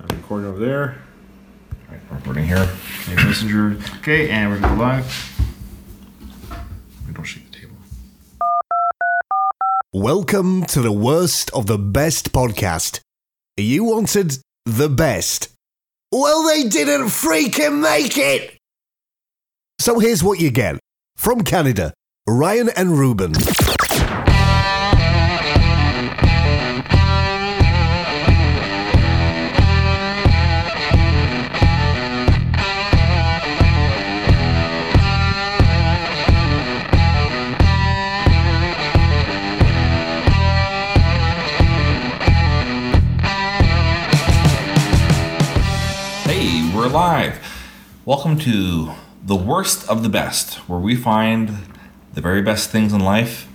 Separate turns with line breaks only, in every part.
record over there. All right, recording here. Save messenger. Okay, and we're gonna go live. We don't shake the table.
Welcome to the worst of the best podcast. You wanted the best. Well, they didn't freaking make it! So here's what you get from Canada Ryan and Ruben.
Hey, we're live. Welcome to the worst of the best, where we find the very best things in life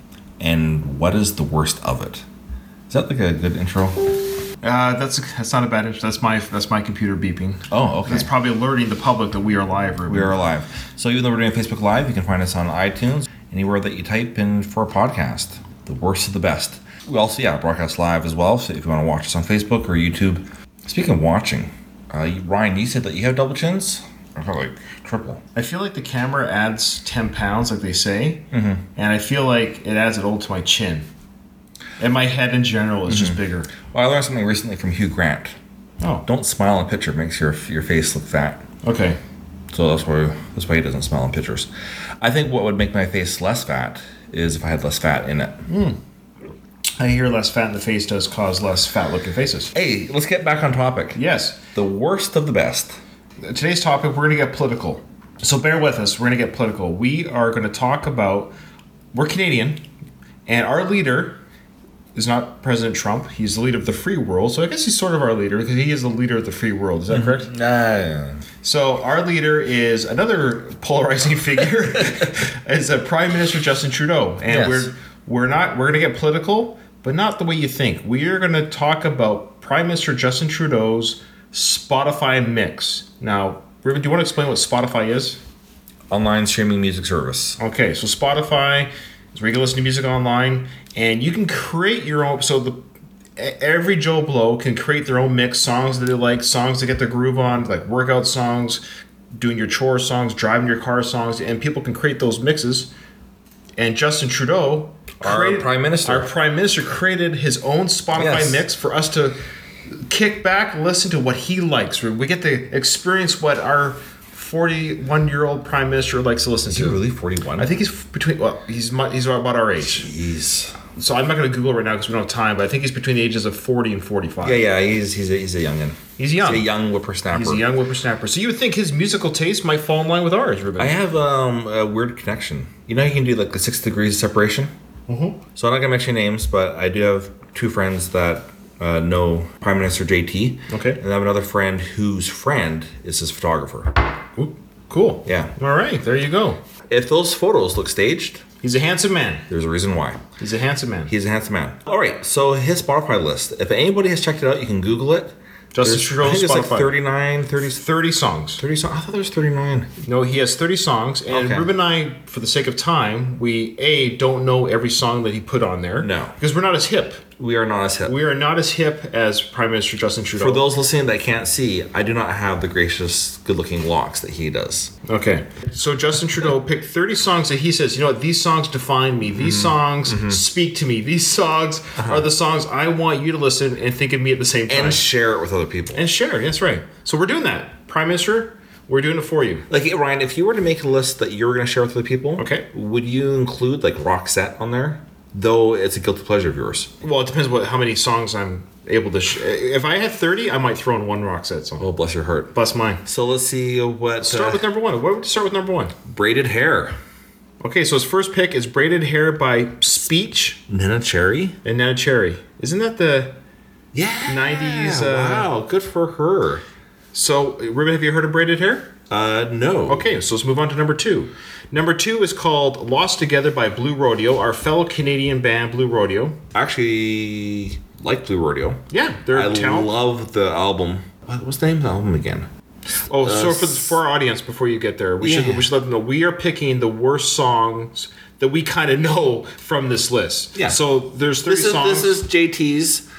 and what is the worst of it. Is that like a good intro?
Uh, that's that's not a bad issue. That's my that's my computer beeping.
Oh, okay.
That's probably alerting the public that we are live. Ruben.
we are live. So even though we're doing Facebook Live, you can find us on iTunes, anywhere that you type in for a podcast. The worst of the best. We also, yeah, broadcast live as well. So if you want to watch us on Facebook or YouTube. Speaking of watching, uh, you- Ryan, you said that you have double chins. I felt like triple.
I feel like the camera adds ten pounds, like they say, mm-hmm. and I feel like it adds it all to my chin, and my head in general is
Mm-hmm.
just bigger.
Well, I learned something recently from Hugh Grant.
Oh,
Don't smile in a picture; it makes your your face look fat.
okay.
So that's why that's why he doesn't smile in pictures. I think what would make my face less fat is if I had less fat in it.
I hear less fat in the face does cause less fat looking faces.
Hey, let's get back on topic.
Yes.
The worst of the best.
Today's topic, we're going to get political. So bear with us. We're going to get political. We are going to talk about. We're Canadian, and our leader is not President Trump. He's the leader of the free world. So I guess he's sort of our leader because he is the leader of the free world. Is that correct?
Nah.
So our leader is another polarizing figure. is a Prime Minister Justin Trudeau, and
Yes.
we're we're not we're going to get political, but not the way you think. We are going to talk about Prime Minister Justin Trudeau's Spotify mix. Now, Ruben, do you want to explain what Spotify is?
Online streaming music service.
Okay, so Spotify is where you can listen to music online, and you can create your own. So the e, every Joe Blow can create their own mix, songs that they like, songs that get their groove on, like workout songs, doing your chore songs, driving your car songs, and people can create those mixes. And Justin Trudeau,
Our Prime Minister.
our Prime Minister created his own Spotify
Yes.
mix for us to kick back, listen to what he likes. We get to experience what our 41 year old Prime Minister likes to listen
Is
to.
he really 41?
I think he's between. Well, he's mu- he's about our age.
he's.
So I'm not going to Google it right now because we don't have time. But I think he's between the ages of 40 and 45.
Yeah, yeah, he's he's a, he's a youngin.
He's young.
He's a young whippersnapper.
He's a young whippersnapper. So you would think his musical taste might fall in line with ours, Ruben.
I have um, a weird connection. You know, you can do like the six degrees of separation. Mm-hmm. So I'm not gonna mention names, but I do have two friends that uh, know Prime Minister JT.
Okay.
And I have another friend whose friend is his photographer.
Ooh, cool.
Yeah.
All right. There you go.
If those photos look staged,
He's a handsome man.
there's a reason why.
He's a handsome man.
He's a handsome man. All right. So his Spotify list. If anybody has checked it out, you can Google it.
Justin
There's-
Trudeau's
I think it's like
Spotify.
39, 30,
30 songs.
30 something. I thought there was 39.
No, he has 30 songs. And
Okay.
Ruben and I, for the sake of time, we A, don't know every song that he put on there.
No.
Because we're not as hip.
We are not as hip.
We are not as hip as Prime Minister Justin Trudeau.
For those listening that can't see, I do not have the gracious, good-looking locks that he does.
Okay. So Justin Trudeau picked 30 songs that he says, you know what, these songs define me. These songs speak to me. These songs are the songs I want you to listen and think of me at the same time.
And
And,
share it with other people.
share. That's right. So we're doing that. Prime Minister, we're doing it for you.
like hey, Ryan, if you were to make a list that you were going to share with other people,
Okay.
would you include like Roxette on there? Though it's a guilty pleasure of yours.
Well, it depends what how many songs I'm able to. Sh- if I had 30, I might throw in one Roxette song.
Oh, bless your heart.
Plus mine.
So let's see what
Start
uh,
with number one. What would you start with number one?
braided hair.
Okay, so his first pick is Braided Hair by Speech
Nina Cherry.
and Now Cherry. Isn't that the.
Yeah.
90s, uh,
wow, good for her.
So, Ruben, have you heard of Braided Hair?
Uh, no.
Okay, so let's move on to number two. Number two is called Lost Together by Blue Rodeo, our fellow Canadian band Blue Rodeo.
I actually like Blue Rodeo.
Yeah, they're
I
a talent.
love the album. What was the name of the album again?
oh, so for, for our audience, before you get there, we,
Yeah.
should, we should let them know we are picking the worst songs that we kind of know from this list.
Yeah.
So there's 30
This is
songs.
this is JT's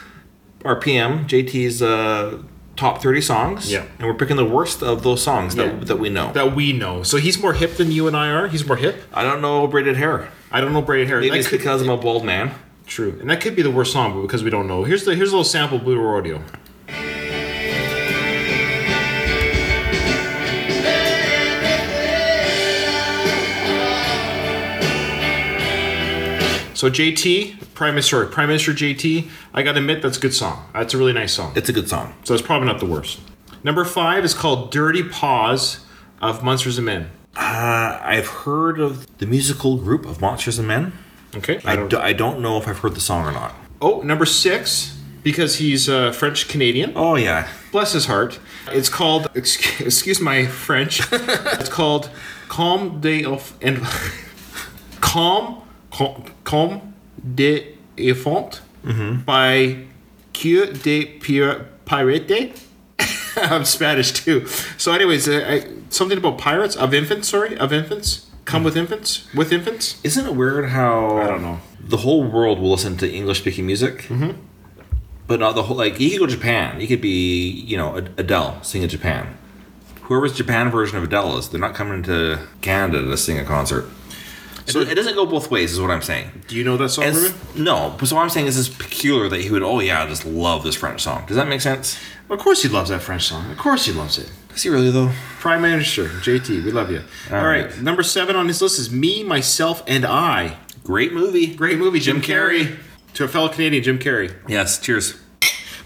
RPM. JT's uh, top 30 songs.
Yeah.
And we're picking the worst of those songs
Yeah.
that, that we know.
that we know. So he's more hip than you and I are. He's more hip.
I don't know braided hair.
I don't know braided hair.
Maybe
That
it's
could-
because I'm a bald man.
True, and that could be the worst song, but because we don't know, here's the here's a little sample of Blue Rodeo. So JT, Prime Minister, Prime Minister JT, I gotta admit that's a good song. That's a really nice song.
It's a good song.
So it's probably not the worst. Number five is called "Dirty Paws" of Monsters and Men.
Uh, I've heard of the musical group of Monsters and Men.
Okay,
I, do, I don't know if I've heard the song or not.
Oh, number six because he's uh, French Canadian.
Oh, yeah.
bless his heart. It's called, excuse, excuse my French, it's called Calm de Off and Calm, Calm, Calm de Enfant by Cure de Pir- Pirate. I'm Spanish too. So, anyways, uh, I, something about pirates of infants. Sorry, of infants. Come with infants. With infants.
Isn't it weird how
I don't know.
the whole world will listen to English speaking music, but not the whole. Like you could go to Japan, you could be you know Ad- Adele sing in Japan. Whoever's Japan version of Adele is, they're not coming to Canada to sing a concert. So it Oh, doesn't go both ways, is what I'm saying.
Do you know that song,
It's-
Ruben?
no, but so what I'm saying is it's peculiar that he would. Oh yeah, I just love this French song. Does that make sense?
Of course, he loves that French song. Of course, he loves it.
Does he really though?
Prime Minister, JT, we love you. All right.
right.
number seven on his list is Me, Myself, and I.
Great movie.
Great movie, Jim,
Jim
Carrey.
Carrey.
To a fellow Canadian, Jim Carrey.
Yes. Cheers.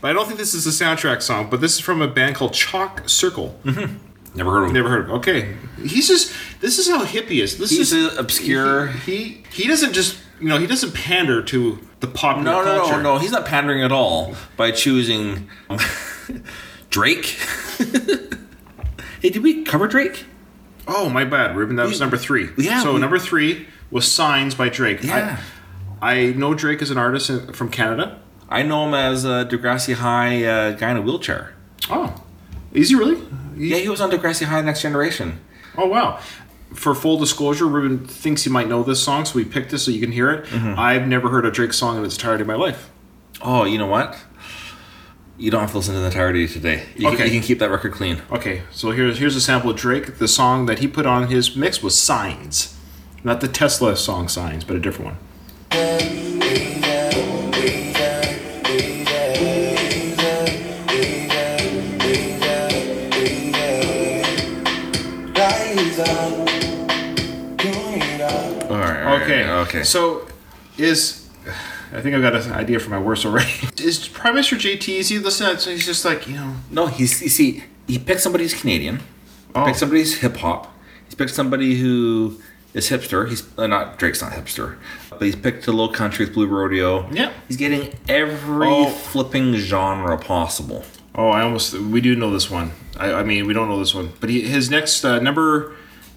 But I don't think this is a soundtrack song, but this is from a band called Chalk Circle.
Mm-hmm. Never heard of him.
Never heard of it. Okay. He's just, this is how hippie is. This
He's
is
an obscure.
He, he doesn't just, you know, he doesn't pander to the popular
No, no,
culture.
no, no. He's not pandering at all by choosing Drake. hey, did we cover Drake?
Oh, my bad, Ruben. That was number three.
yeah,
So
we-
number three was Signs by Drake.
Yeah.
I, I know Drake is an artist in- from Canada.
I know him as uh, Degrassi High uh, guy in a wheelchair.
Oh, is he really? He-
Yeah, he was on Degrassi High Next Generation.
Oh wow. For full disclosure, Ruben thinks he might know this song, so we picked this so you can hear it. I've never heard a Drake song in its entirety in my life.
Oh, you know what? You don't have to listen to the entirety today. You,
Okay.
can, you can keep that record clean.
Okay, so here's here's a sample of Drake. The song that he put on his mix was Signs. Not the Tesla song Signs, but a different one.
All right.
Okay.
Okay. So
So is I think I've got an idea for my worst already. Is Prime Minister JT is he listening? So he's just like, you know,
no, he's you see, he picked somebody who's Canadian.
oh,
Picked somebody who's hip hop. He's picked somebody who is hipster. He's uh, not Drake's not hipster, but he's picked a little country with Blue Rodeo.
Yeah.
he's getting every
Oh.
flipping genre possible.
Oh, I almost we do know this one. I, I mean, we don't know this one, but he, his next uh, number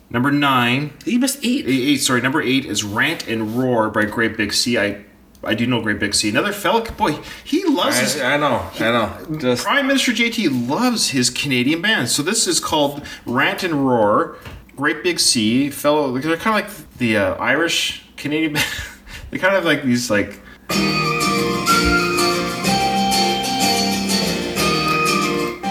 number nine,
He missed eight.
eight, eight, sorry, number eight is "Rant and Roar" by Great Big C. I I do know Great Big C. Another fella, boy, he loves his.
I, I know, I know. Just
Prime Minister JT loves his Canadian bands, so this is called "Rant and Roar." Great Big C, fellow, they're kind of like the uh, Irish Canadian. band. they kind of like these like.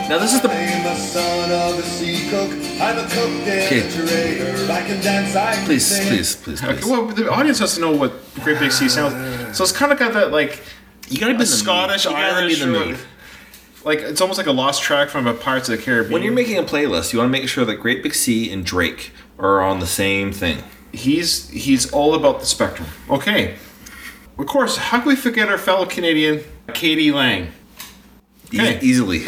now this is the
I am the son of a sea cook. I'm a cook decorator. I can dance, I can
please,
sing.
please, please, please.
Well, the audience has to know what Great Big Sea sounds. So it's kind of got that like
you gotta be in the mood.
Scottish,
You gotta
Irish,
be in the
or-
mood.
like it's almost like a lost track from a Pirates of the Caribbean.
When you're making a playlist, you want to make sure that Great Big Sea and Drake are on the same thing.
he's he's all about the spectrum. Okay, of course. How can we forget our fellow Canadian Katie Lang?
E-
Okay.
easily.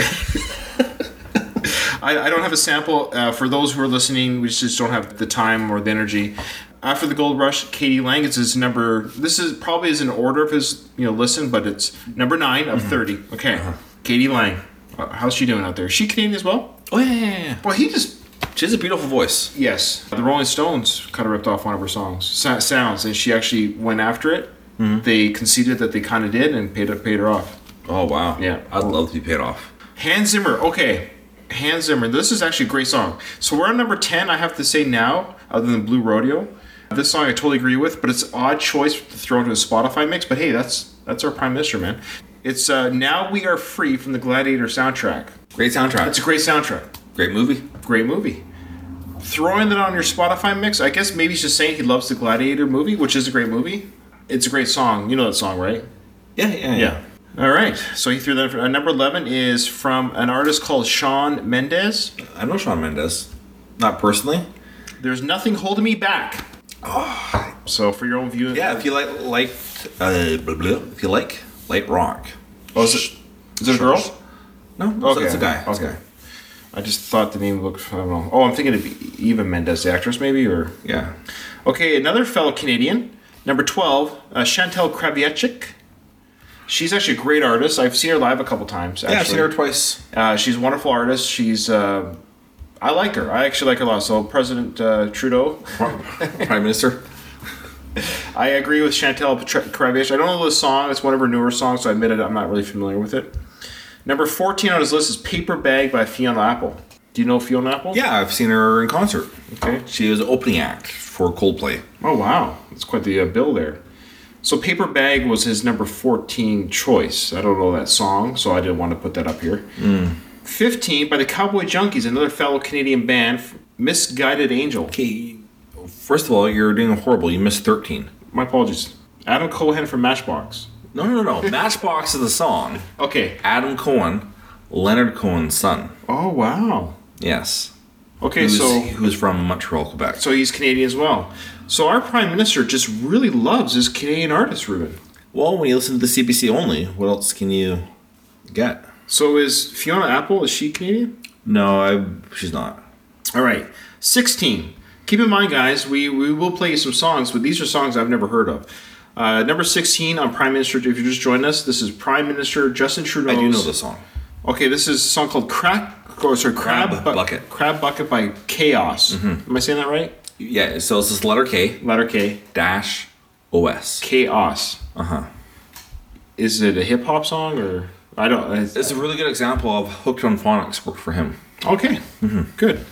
I, I don't have a sample uh, for those who are listening. We just don't have the time or the energy. After the Gold Rush, Katie Lang is his number. This is probably is in order of his you know listen, but it's number nine
Mm-hmm.
of thirty. Okay,
Uh-huh.
Katie Lang. Uh, How's she doing out there? Is she Canadian as well?
oh yeah, yeah, yeah.
Well, he just
She has a beautiful voice.
Yes, the Rolling Stones kind of ripped off one of her songs, Sa- sounds, and she actually went after it. They conceded that they kind of did and paid paid her off.
Oh wow.
Yeah.
I'd love to be paid off.
Hans Zimmer, okay, Hans Zimmer. This is actually a great song. So we're on number ten. I have to say now, other than Blue Rodeo, this song I totally agree with, but it's an odd choice to throw into a Spotify mix. But hey, that's that's our Prime Minister, man. It's uh, Now We Are Free from the Gladiator soundtrack.
Great soundtrack.
That's a great soundtrack.
great movie.
Great movie. Throwing that on your Spotify mix, I guess maybe he's just saying he loves the Gladiator movie, which is a great movie. It's a great song. You know that song, right?
Yeah, yeah,
Yeah. All right. So he threw that. For, uh, number 11 is from an artist called Sean Mendez.
I know Sean Mendes. Not personally.
There's nothing holding me back. So for your own view,
Yeah, if you like, like, uh, blah, blah, if you like light rock.
Oh, is it? Is it a girl?
No, no, it's,
Okay,
it's a guy. It's a
okay.
guy.
I just thought the name looked. I don't know. Oh, I'm thinking of Eva Mendes, the actress, maybe, or
Yeah.
okay, another fellow Canadian, number twelve, uh, Chantel Kravietchik. She's actually a great artist. I've seen her live a couple times. Actually.
Yeah, I've seen her twice.
Uh, she's a wonderful artist. She's. Uh, I like her. I actually like her a lot. So President uh, Trudeau,
Prime Minister.
I agree with Chantel Petra- Kravietchik. I don't know the song. It's one of her newer songs, so I admit it. I'm not really familiar with it. Number fourteen on his list is "Paper Bag" by Fiona Apple. Do you know Fiona Apple?
Yeah, I've seen her in concert.
Okay.
She was opening act for Coldplay.
Oh wow, that's quite the uh, bill there. So paper bag was his number fourteen choice. I don't know that song, so I didn't want to put that up here. Fifteen by the Cowboy Junkies, another fellow Canadian band, Misguided Angel.
Okay, first of all, you're doing horrible. You missed 13.
My apologies. Adam Cohen from Matchbox.
No, no, no. no. Matchbox is the song.
Okay.
Adam Cohen, Leonard Cohen's son.
Oh wow.
Yes.
Okay,
who's,
so
who's from Montreal, Quebec.
so he's Canadian as well. So our prime minister just really loves his Canadian artists, Ruben.
well, when you listen to the CBC only, what else can you get?
So is Fiona Apple? Is she Canadian?
No, I, she's not.
All right, 16. Keep in mind, guys, we, we will play you some songs, but these are songs I've never heard of. Uh, number 16 on Prime Minister, if you're just joining us, this is Prime Minister Justin Trudeau.
I do know the song.
Okay, this is a song called Crack, or sorry, Crab,
Crab
Bu-
Bucket. Mm-hmm.
Crab Bucket by Chaos. Am I saying that right?
Yeah, so it's this letter K
Letter K.
dash OS.
Chaos.
Uh huh.
Is it a hip hop song or? I don't. it's-
It's a really good example of hooked on phonics work for him.
okay,
Mm-hmm.
good.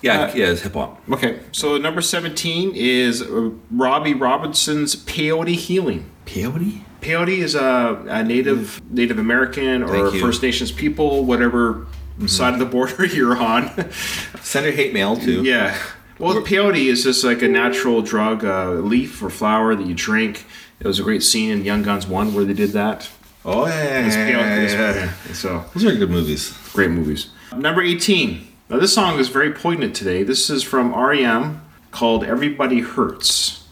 Yeah, yeah, it's hip hop.
Okay, so number 17 is uh, Robbie Robinson's Peyote Healing.
Peyote?
Peyote is a, a Native Native American or
Mm. Thank you. Mm-hmm.
First Nations people, whatever side of the border you're on.
Send her hate mail to.
yeah. Well, peyote is just like a natural drug, uh, leaf or flower that you drink. It was a great scene in Young Guns One where they did that.
Oh yeah, yeah,
It's
yeah,
peyote.
yeah,
it's
yeah,
peyote.
yeah.
So
Those are good movies.
great movies. Number eighteen. Now this song is very poignant today. This is from REM called "Everybody Hurts."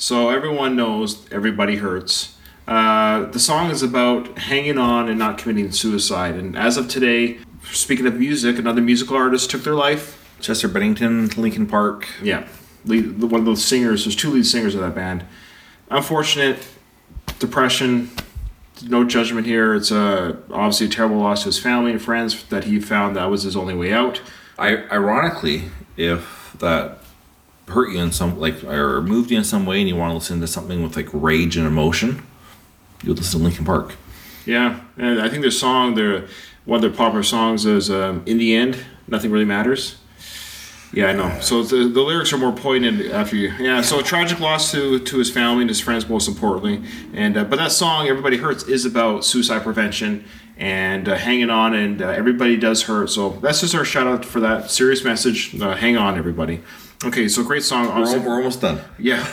So everyone knows everybody hurts. Uh, the song is about hanging on and not committing suicide. And as of today, speaking of music, another musical artist took their life.
Chester Bennington, Lincoln Park.
Yeah, lead, the, one of those singers. There's two lead singers of that band. Unfortunate, depression. No judgment here. It's a obviously a terrible loss to his family and friends that he found that was his only way out.
I ironically, if that hurt you in some like or moved you in some way, and you want to listen to something with like rage and emotion, you would listen to Lincoln Park.
Yeah, and I think their song, their one of their popular songs is um, "In the End, Nothing Really Matters." Yeah, I know. So the, the lyrics are more poignant after you. Yeah. So a tragic loss to to his family and his friends, most importantly. And uh, but that song, "Everybody Hurts," is about suicide prevention and uh, hanging on. And uh, everybody does hurt. So that's just our shout out for that serious message. Uh, hang on, everybody. Okay, so great song.
We're,
obviously-
al- we're almost done.
yeah.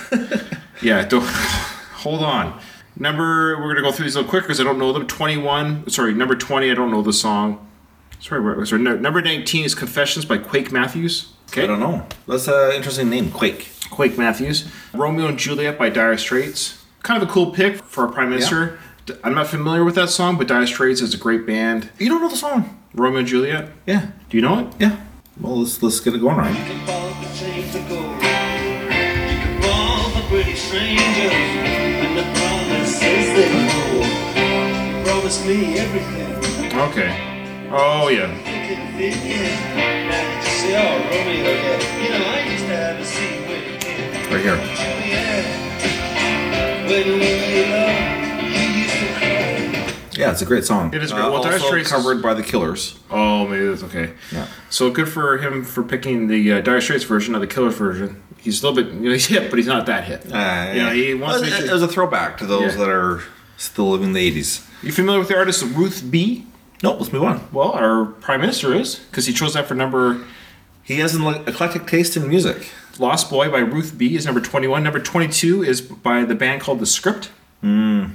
yeah. Don't, hold on. Number, we're going to go through these a little quick because I don't know them. 21, sorry, number 20, I don't know the song. Sorry, where- sorry no, number 19 is Confessions by Quake Matthews.
I
Okay.
don't know. That's an interesting name, Quake.
Quake Matthews. Romeo and Juliet by Dire Straits. Kind of a cool pick for a prime minister. D- I'm not familiar with that song, but Dire Straits is a great band.
You don't know the song?
Romeo and Juliet.
Yeah,
Do you know it?
yeah. Well, let's let's get it going right.
can follow the train to go. You can fall for pretty strangers, and the promises they hold. Promise me everything
Okay. Oh, yeah.
you can fit in. Now you just say, oh, Romeo, yeah. You know, I used to have a scene with you,
Right here.
Juliet. When we were in love, you used to cry.
Yeah, Yeah, it's a great song.
It is
Uh,
great. Well, Dire
also
Straits is-
covered by the Killers.
Oh, maybe that's okay.
Yeah.
So good for him for picking the uh, Dire Straits version, not the Killer version. He's a little bit you know, he's hit, but he's not that hit.
Uh,
You know, he wants
it,
to-
it was a throwback to those
Yeah.
that are still living in the 80s.
You familiar with the artist Ruth B?
Nope, let's move on.
Well, our prime minister is because he chose that for number
He has an eclectic taste in music.
Lost Boy by Ruth B is number twenty one. Number twenty two is by the band called The Script.
Hmm.
Mm.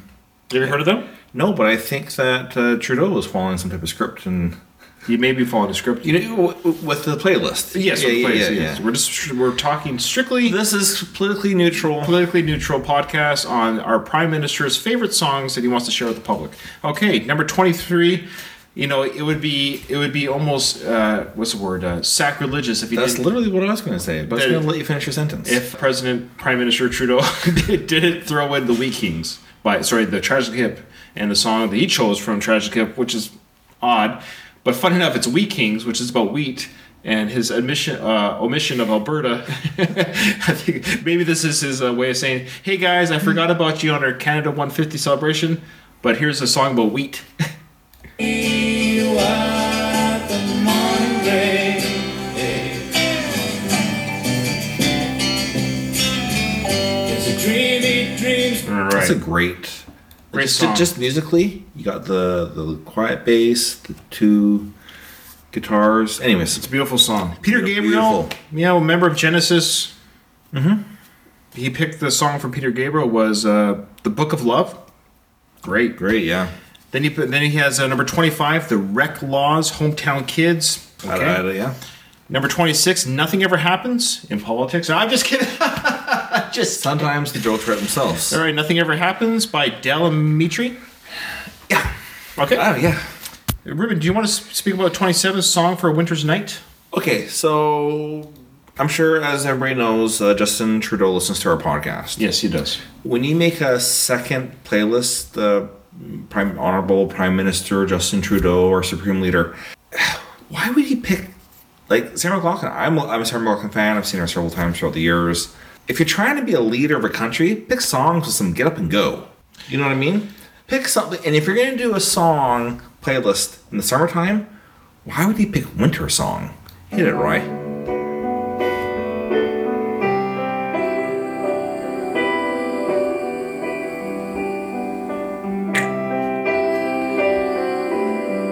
You ever heard of them?
No, but I think that uh, Trudeau is following some type of script and
You may be following The Script.
you know w- w- with the playlist.
yes,
yeah,
with
yeah,
plays,
yeah,
yes.
yeah.
We're just we're talking strictly
This is politically neutral.
politically neutral podcast on our prime minister's favorite songs that he wants to share with the public. Okay, number 23, you know, it would be it would be almost uh what's the word? Uh, sacrilegious if he
That's
didn't
literally what I was going to say, but I was
That-
going to let you finish your sentence.
if President Prime Minister Trudeau didn't throw in the Wee Kings by sorry, the Tragic Hip and the song that he chose from Tragic Hip, which is odd, but fun enough, it's Wee Kings, which is about wheat. And his admission, uh, omission of Alberta, I think maybe this is his uh, way of saying, "Hey guys, I forgot about you on our Canada 150 celebration, but here's a song about wheat." All right,
That's a great.
Great
just,
song.
just musically, you got the the quiet bass, the two guitars. Anyways, it's
Beautiful song. Peter
Beautiful.
Gabriel, you know, member of Genesis. Mm-hmm. He picked the song from Peter Gabriel was uh, "The Book of Love." Great.
great, yeah.
Then he put, then he has uh, number twenty five, "The Wreck Laws," "Hometown Kids."
I-
Okay.
I- yeah.
Number twenty six, "Nothing Ever Happens in Politics." No, I'm just kidding. just
Sometimes the jokes write themselves.
all right. "Nothing Ever Happens" by Del Amitri.
Yeah.
Okay.
Oh yeah.
Ruben, do you want to s- speak about twenty seven, "Song for a Winter's Night"?
Okay, so I'm sure as everybody knows, uh, Justin Trudeau listens to our podcast.
Yes, he does.
When you make a second playlist, the Prime Honorable Prime Minister Justin Trudeau or Supreme Leader, why would he pick like Sarah McLaughlin? I'm a- I'm a Sarah McLaughlin fan. I've seen her several times throughout the years. If you're trying to be a leader of a country, pick songs with some get up and go. You know what I mean? Pick something. And if you're going to do a song playlist in the summertime, why would he pick winter song? Hit it, Roy.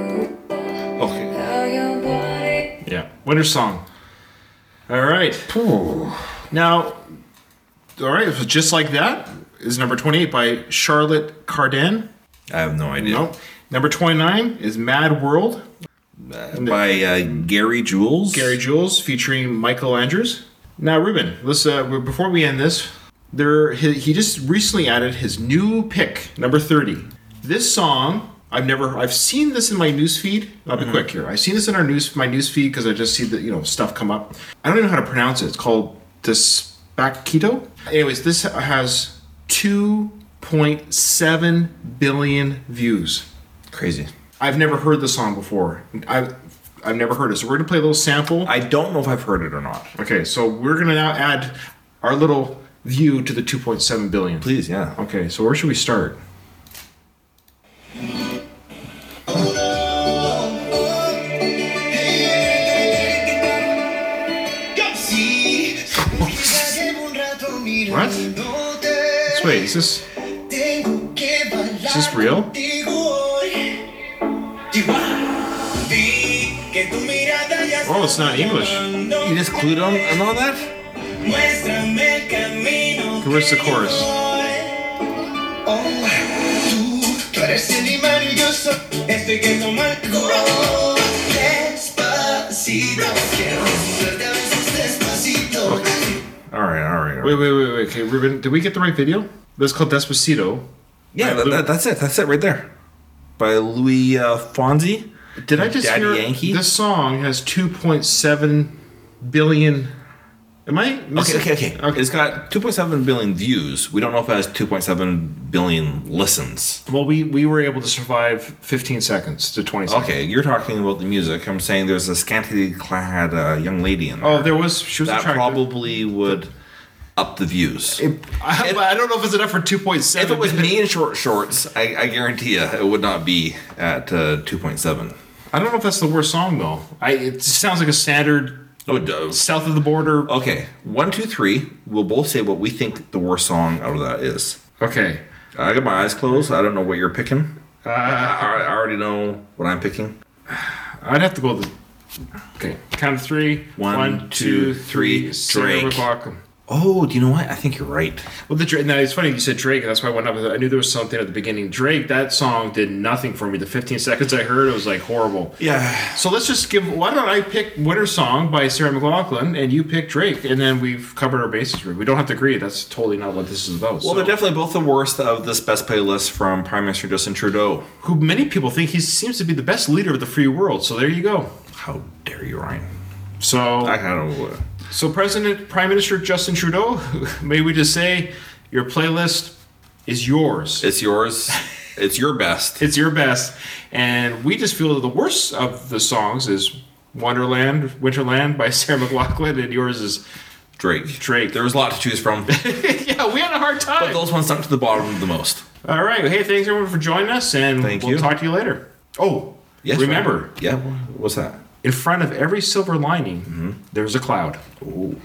Okay.
Yeah, winter song. All right. Now, all right. So just like that is number twenty-eight by Charlotte Cardin.
I have no idea.
No. Number twenty-nine is Mad World.
By uh, Gary Jules.
Gary Jules featuring Michael Andrews. Now, Ruben, let's uh, w- before we end this, there he, he just recently added his new pick, number thirty. This song I've never I've seen this in my newsfeed. I'll be quick here. I've seen this in our news my newsfeed because I just see the you know stuff come up. I don't even know how to pronounce it. It's called Despacito. Anyways, this has two point seven billion views.
Crazy.
I've never heard the song before. I've I've never heard it. So we're gonna play a little sample.
I don't know if I've heard it or not.
Okay, so we're gonna now add our little view to the 2.7 billion.
Please, yeah.
Okay, so where should we start?
What?
So
Wait.
wait, is this
Is
this real?
Oh, it's not English.
You just clued on and all that?
Where's the chorus?
Oh, All right, all right. All right.
wait, wait, wait, wait? Okay, Ruben, did we get the right video? This is called Despacito.
yeah, that, that, that's it. That's it right there. By Louis uh, Fonzie.
Did I just
Daddy
hear
Yankee?
this song has 2.7 billion? Am I
Okay,
missing?
okay, okay,
okay.
It's got 2.7 billion views. We don't know if it has 2.7 billion listens.
Well, we we were able to survive 15 seconds to 20 seconds.
Okay, you're talking about the music. I'm saying there's a scantily clad uh, young lady in there.
Oh, there was she was
that
attractive.
probably would up the views.
It, I, I don't know if it's enough for 2.7.
If it was me in short shorts, I, I guarantee you it would not be at uh, 2.7.
I don't know if that's the worst song though. I it just sounds like a standard
Oh, it does.
south of the border.
Okay, one, two, three. We'll both say what we think the worst song out of that is.
Okay.
I got my eyes closed. I don't know what you're picking. I, I already know what I'm picking.
I'd have to go with Okay. Count of three.
One, two, three,
Sarah
Drake.
McLachlan.
Oh, do you know what? I think you're right.
Well, the Drake. Now it's funny you said Drake, and that's why I went up. with it. I knew there was something at the beginning. Drake. That song did nothing for me. The 15 seconds I heard, it was like horrible.
Yeah.
So let's just give. Why don't I pick "Winter Song" by Sarah McLaughlin, and you pick Drake, and then we've covered our bases. We don't have to agree. That's totally not what this is about.
Well,
so.
they're definitely both the worst of this best playlist from Prime Minister Justin Trudeau.
who many people think he seems to be the best leader of the free world. So there you go.
How dare you, Ryan? I
So,
kind of. Uh,
so President Prime Minister Justin Trudeau, may we just say, your playlist is yours.
it's yours. It's your best.
It's your best, and we just feel that the worst of the songs is Wonderland, Winterland by Sarah McLaughlin, and yours is
Drake.
Drake.
There was a lot to choose from, but
yeah. We had a hard time.
those ones sunk to the bottom the most.
All right. Hey, thanks everyone for joining us, and
Thank
we'll
you.
talk to you later. Oh,
Yes.
remember,
Ryan. Yeah. What's that? Mm-hmm.
in front of every silver lining, there's a cloud.
Ooh.